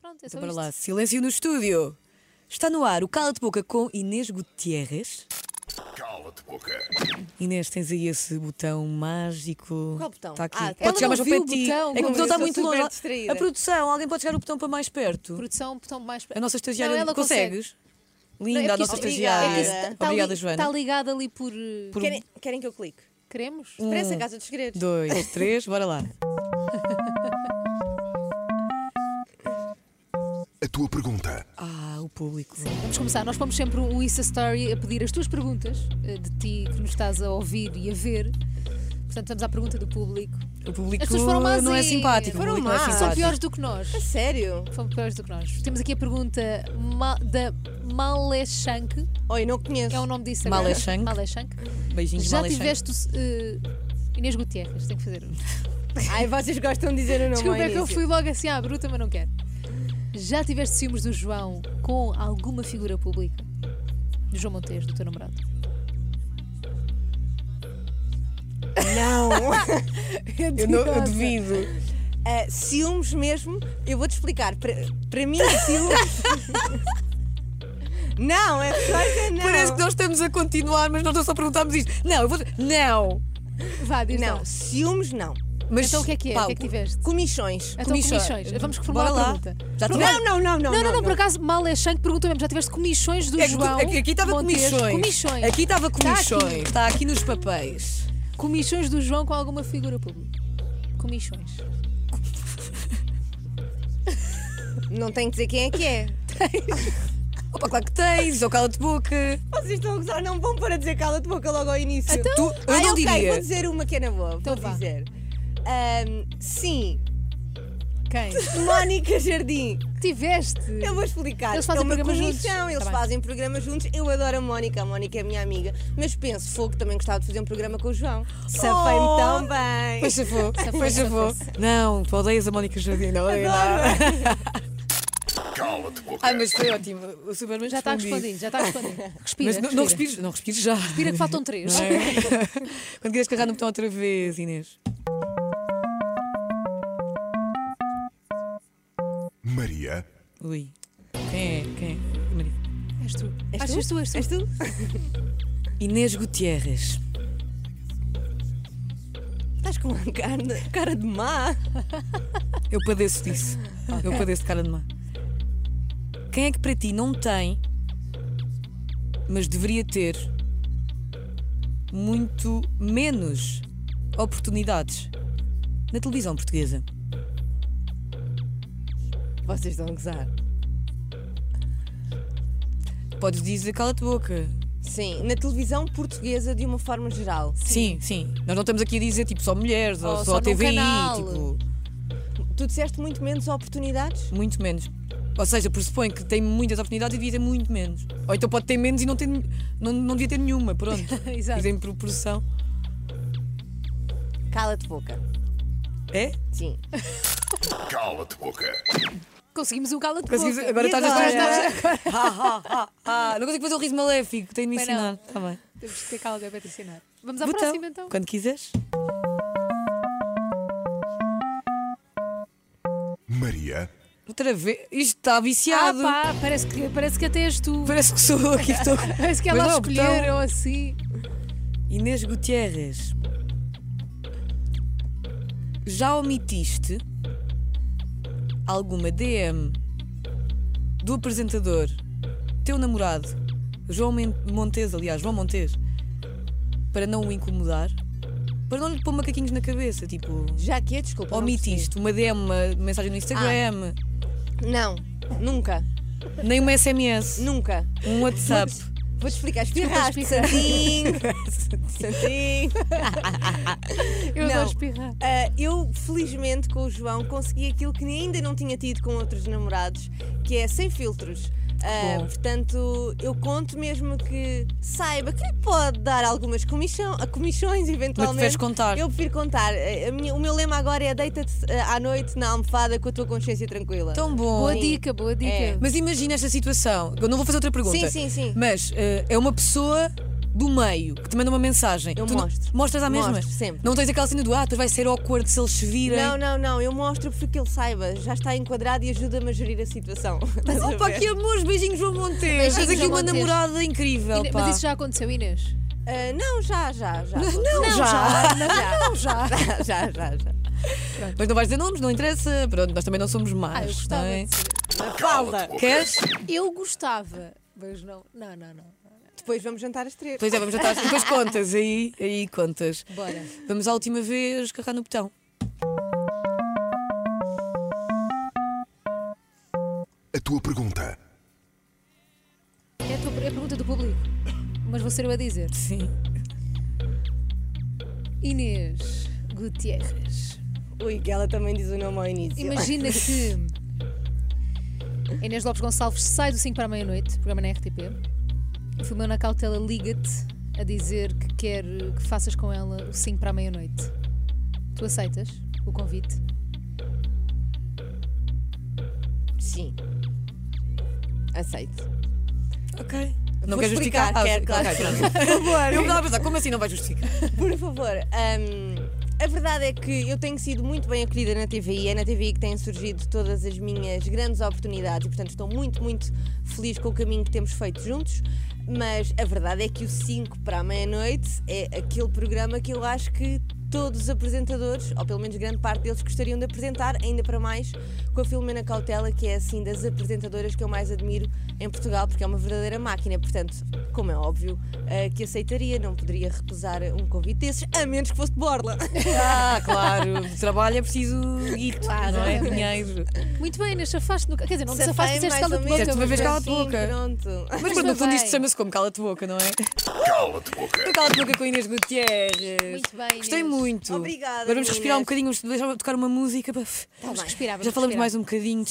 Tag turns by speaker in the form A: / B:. A: Pronto, é só
B: Então, bora
A: isto.
B: lá, silêncio no estúdio. Está no ar o Cala-te Boca com Inês Gutierrez.
C: Cala-te, boca.
B: Inês, tens aí esse botão mágico.
A: Qual botão?
B: Está aqui.
A: Ah, ela
B: pode chegar
A: não
B: mais ao
A: viu
B: pé de
A: o
B: ti.
A: botão,
B: é que o
A: como
B: botão
A: eu
B: está
A: sou
B: muito
A: super
B: longe.
A: distraída.
B: A produção, alguém pode chegar o botão para mais perto.
A: Produção, botão mais.
B: A nossa estagiária.
A: Não, ela
B: Consegues?
A: Não,
B: Linda,
A: é
B: a
A: porque
B: nossa
A: isto-
B: estagiária.
A: é que isto tá- tá
B: Obrigada,
A: li-
B: Joana.
A: Está ligada ali por. eh,
B: Por um,
D: Querem, querem que eu clique?
A: Queremos?
D: Parece a Casa dos Segredos.
B: dois, três, bora lá.
C: A tua pergunta.
B: Ah, o público.
A: Vamos começar. Nós pomos sempre um Insta Story a pedir as tuas perguntas eh, de ti que nos estás a ouvir e a ver. Portanto, estamos à pergunta do público.
B: O público
A: As pessoas foram más
B: não é
A: e-
B: simpático.
A: foram
B: o público não é
D: más.
A: São
B: simpático.
A: piores do que nós.
D: A sério?
A: São piores do que nós. Temos aqui a pergunta ma- da Maleshank.
D: Oi, não conheço.
A: É o nome disso agora.
B: Maleshank?
A: Maleshank.
B: Beijinhos,
A: Já
B: Maleixandre.
A: tiveste. eh, Inês Gutierrez, tenho que fazer. um.
D: Ai, vocês gostam de dizer o nome
A: Desculpa,
D: ao
A: é que eu
D: início.
A: fui logo assim à bruta, mas não quero. Já tiveste ciúmes do João com alguma figura pública? Do João Montes, do teu namorado?
D: Não.
B: Eu, não, eu devido.
D: Ah, ciúmes mesmo, eu vou-te explicar. Para, para mim, é ciúmes. não, é coisa não.
B: Parece que nós estamos a continuar, mas nós não só perguntámos isto. Não, eu vou. Não!
A: Vá, diz lá.
D: Não, ciúmes não.
B: Mas,
A: Então o que é que é?
B: pá,
A: O que é que tiveste?
D: Comissões.
A: Então
B: comichões.
A: comichões. Vamos reformular
B: Bora
A: a
B: lá.
A: pergunta.
B: Já
A: Não,
B: tiveste?
D: Não, não, não, não.
A: Não, não, não, por acaso, mal é Shank perguntou mesmo. Já tiveste comichões do
B: É que tu-
A: João?
B: aqui, aqui estava
A: Montes?
B: comichões. É
A: Comichões.
B: Aqui estava
A: Tá aqui.
B: comichões. Está aqui nos papéis.
A: Comichões do João com alguma figura pública. Comichões.
D: Não tenho que dizer quem é que é.
B: Opa, claro que tens, ou cala-te boca.
D: Vocês estão a gozar, não vão para dizer cala-te boca logo ao início.
B: Tu, eu
D: Ai,
B: não
D: ok,
B: diria.
D: vou dizer uma que é na boa.
A: Então
D: vou
A: vá.
D: dizer. Ahm, sim,
A: Quem?
D: Mónica Jardim.
A: Tiveste.
D: Eu vou explicar.
A: Eles fazem
D: é uma
A: programas
D: comissão,
A: juntos.
D: eles
A: Tá bem.
D: fazem programas juntos. Eu adoro a Mónica, a Mónica é minha amiga. Mas penso, fogo, também gostava de fazer um programa com o João. Safei-me
B: Oh.
D: tão bem.
B: Pois eu vou,
A: Safou,
B: pois eu vou.
A: safou-se.
B: Não, tu odeias a Mónica Jardim, não odeio
A: é
B: nada.
C: Cala-te, boca.
B: Ai, mas foi ótimo. O Superman
A: Já está
B: respondi.
A: respondido, já está respondido. Respira,
B: Mas não, não
A: respira.
B: respires, não respires já.
A: Respira que faltam três.
B: Não é? Quando queres carregar no botão outra vez, Inês.
C: Maria.
B: Ui. Quem é? Quem é? Maria.
A: És tu. És tu, és tu.
D: És tu?
B: Inês Gutierrez.
D: Estás com uma cara de, cara de má.
B: Eu padeço disso. Eu padeço de cara de má. Quem é que para ti não tem, mas deveria ter, muito menos oportunidades na televisão portuguesa?
D: Vocês estão a gozar.
B: Podes dizer cala-te boca.
D: Sim, na televisão portuguesa de uma forma geral.
B: Sim. sim, Nós não estamos aqui a dizer tipo só mulheres ou,
A: Ou só
B: só,
A: num
B: TVI,
A: canal.
B: tipo,
D: Tu disseste muito menos oportunidades?
B: muito menos. Ou seja, pressupõe que tem muitas oportunidades e devia ter muito menos. Ou então pode ter menos e não, ter, não, não devia ter nenhuma, pronto.
A: Exato.
B: Dizem proporção.
D: Cala-te boca.
B: É?
D: Sim.
C: Cala-te, boca.
A: Conseguimos um cala de boca.
B: Conseguimos- agora
D: E
B: estás a
D: agora?
B: estás- Ah, ah, ah, ah. Não consigo fazer o riso maléfico, tenho de me
A: Pois não.
B: ensinar. Tá bem.
A: Temos que ter cala de boca para te ensinar. Vamos à
B: Botão,
A: próxima então.
B: Quando quiseres.
C: Maria.
B: Outra vez. Isto está
A: Ah
B: viciado.
A: pá, parece que, parece que até és tu.
B: Parece que sou eu aqui que estou.
A: Parece que
B: Mas
A: ela a
B: não,
A: escolher
B: botão.
A: ou assim.
B: Inês Gutierrez. Já omitiste alguma DM do apresentador, teu namorado, João Men- Montes, aliás, João Montes, para não o incomodar? Para não lhe pôr macaquinhos na cabeça, tipo.
D: Já que é, desculpa. não
B: Omitiste uma DM, uma mensagem no Instagram,
D: percebi. Não, nunca,
B: nem um uma SMS,
D: nunca.
B: um WhatsApp.
D: Vou-te explicar. Espirraste,
A: explicar.
D: Santinho. Santinho.
A: Eu
D: Não.
A: adoro espirrar.
D: Ah, eu, felizmente, com o João, consegui aquilo que ainda não tinha tido com outros namorados, que é sem filtros. Ah,
B: Bom.
D: portanto, eu conto mesmo que saiba que lhe pode dar algumas comichão, a comichões,
B: Mas tu
D: eventualmente.
B: vais contar.
D: Eu prefiro contar. Ah, a minha- o meu lema agora é deita-te ah, à noite na almofada com a tua consciência tranquila.
B: Tão bom.
A: Boa dica, boa dica.
D: É.
B: Mas imagina esta situação. Eu não vou fazer outra pergunta.
D: Sim, sim, sim.
B: Mas eh, é uma pessoa do meio que te manda uma mensagem,
D: Eu
B: tu não-
D: mostro.
B: mostras à mesma?
D: Mostro, sempre.
B: Não tens aquela cena do ah, depois vai ser awkward se eles se virem.
D: Não, não, não, eu mostro porque ele saiba, já está enquadrado e ajuda-me a gerir a situação. Estás a
B: Opa,
D: ver?
B: que amores, beijinhos João Montes. Tens
A: Beijinhos,
B: aqui
A: João
B: uma
A: Montes.
B: namorada incrível,
A: Ina-
B: pá.
A: Mas isso já aconteceu, Inês?
D: Ah, não, já, já, já.
B: Não,
A: Não,
B: já.
D: já, já, já, já, já, já.
B: Mas não vais dizer nomes, não interessa. Pronto, nós também não somos más.
A: Ah, eu gostava
B: não é?
A: de saber.
D: Falda.
B: Queres?
A: Eu gostava, mas não. Não, não, não.
D: Depois vamos jantar as três.
B: Pois é, vamos jantar. Depois contas, aí, aí contas.
A: Bora.
B: Vamos à última vez carregar no botão.
C: A tua pergunta.
A: É a, tua, é a pergunta do público. Mas vou ser eu a dizer.
B: Sim.
A: Inês Gutierrez.
D: Ui, que ela também diz o nome ao início.
A: Imagina que a Inês Lopes Gonçalves sai do 5 para a meia-noite, programa na RTP. O filme é na cautela liga-te a dizer que quer que faças com ela o 5 para a meia-noite. Tu aceitas o convite?
D: Sim. Aceito.
B: Ok. Não
D: Vou
B: quer
D: explicar,
B: justificar? Ah,
D: quero, claro.
B: ok, pronto.
D: Por favor.
B: Eu estava a pensar, como assim não vai justificar?
D: Por favor, hum, a verdade é que eu tenho sido muito bem acolhida na TVI, é na TVI que têm surgido todas as minhas grandes oportunidades e, portanto, estou muito, muito feliz com o caminho que temos feito juntos. Mas a verdade é que o 5 para a meia-noite é aquele programa que eu acho que todos os apresentadores, ou pelo menos grande parte deles, gostariam de apresentar, ainda para mais com a Filomena Cautela, que é assim das apresentadoras que eu mais admiro em Portugal, porque é uma verdadeira máquina. Portanto, como é óbvio, eh, que aceitaria, não poderia recusar um convite desses, a menos que fosse de borla.
B: Ah, claro. Trabalho é preciso guito,
A: Claro,
B: não é?
A: exatamente.
B: Dinheiro.
A: Muito bem, Inês, afaste-te. Quer dizer, não te
D: Safei
A: afaste, disseste
D: mais
A: cala
D: ou
A: de
D: menos.
A: boca.
B: Disseste uma vez
A: mas-
B: cala-te
D: Sim,
B: boca.
D: Pronto.
B: Mas
A: Mas
B: quando
A: não
B: tu disto
A: vai.
B: chama-se como cala-te boca, não é?
C: Cala-te boca.
B: Cala-te boca com a Inês Gutierrez.
A: Muito bem,
B: Gostei
A: Inês.
B: muito.
D: Obrigada,
B: Agora vamos respirar
D: Inês.
B: um bocadinho, vamos deixar tocar uma música. pá,
A: Vamos
D: bem.
A: respirar, Tá vamos
B: Já falamos
A: respirar.
B: mais um bocadinho.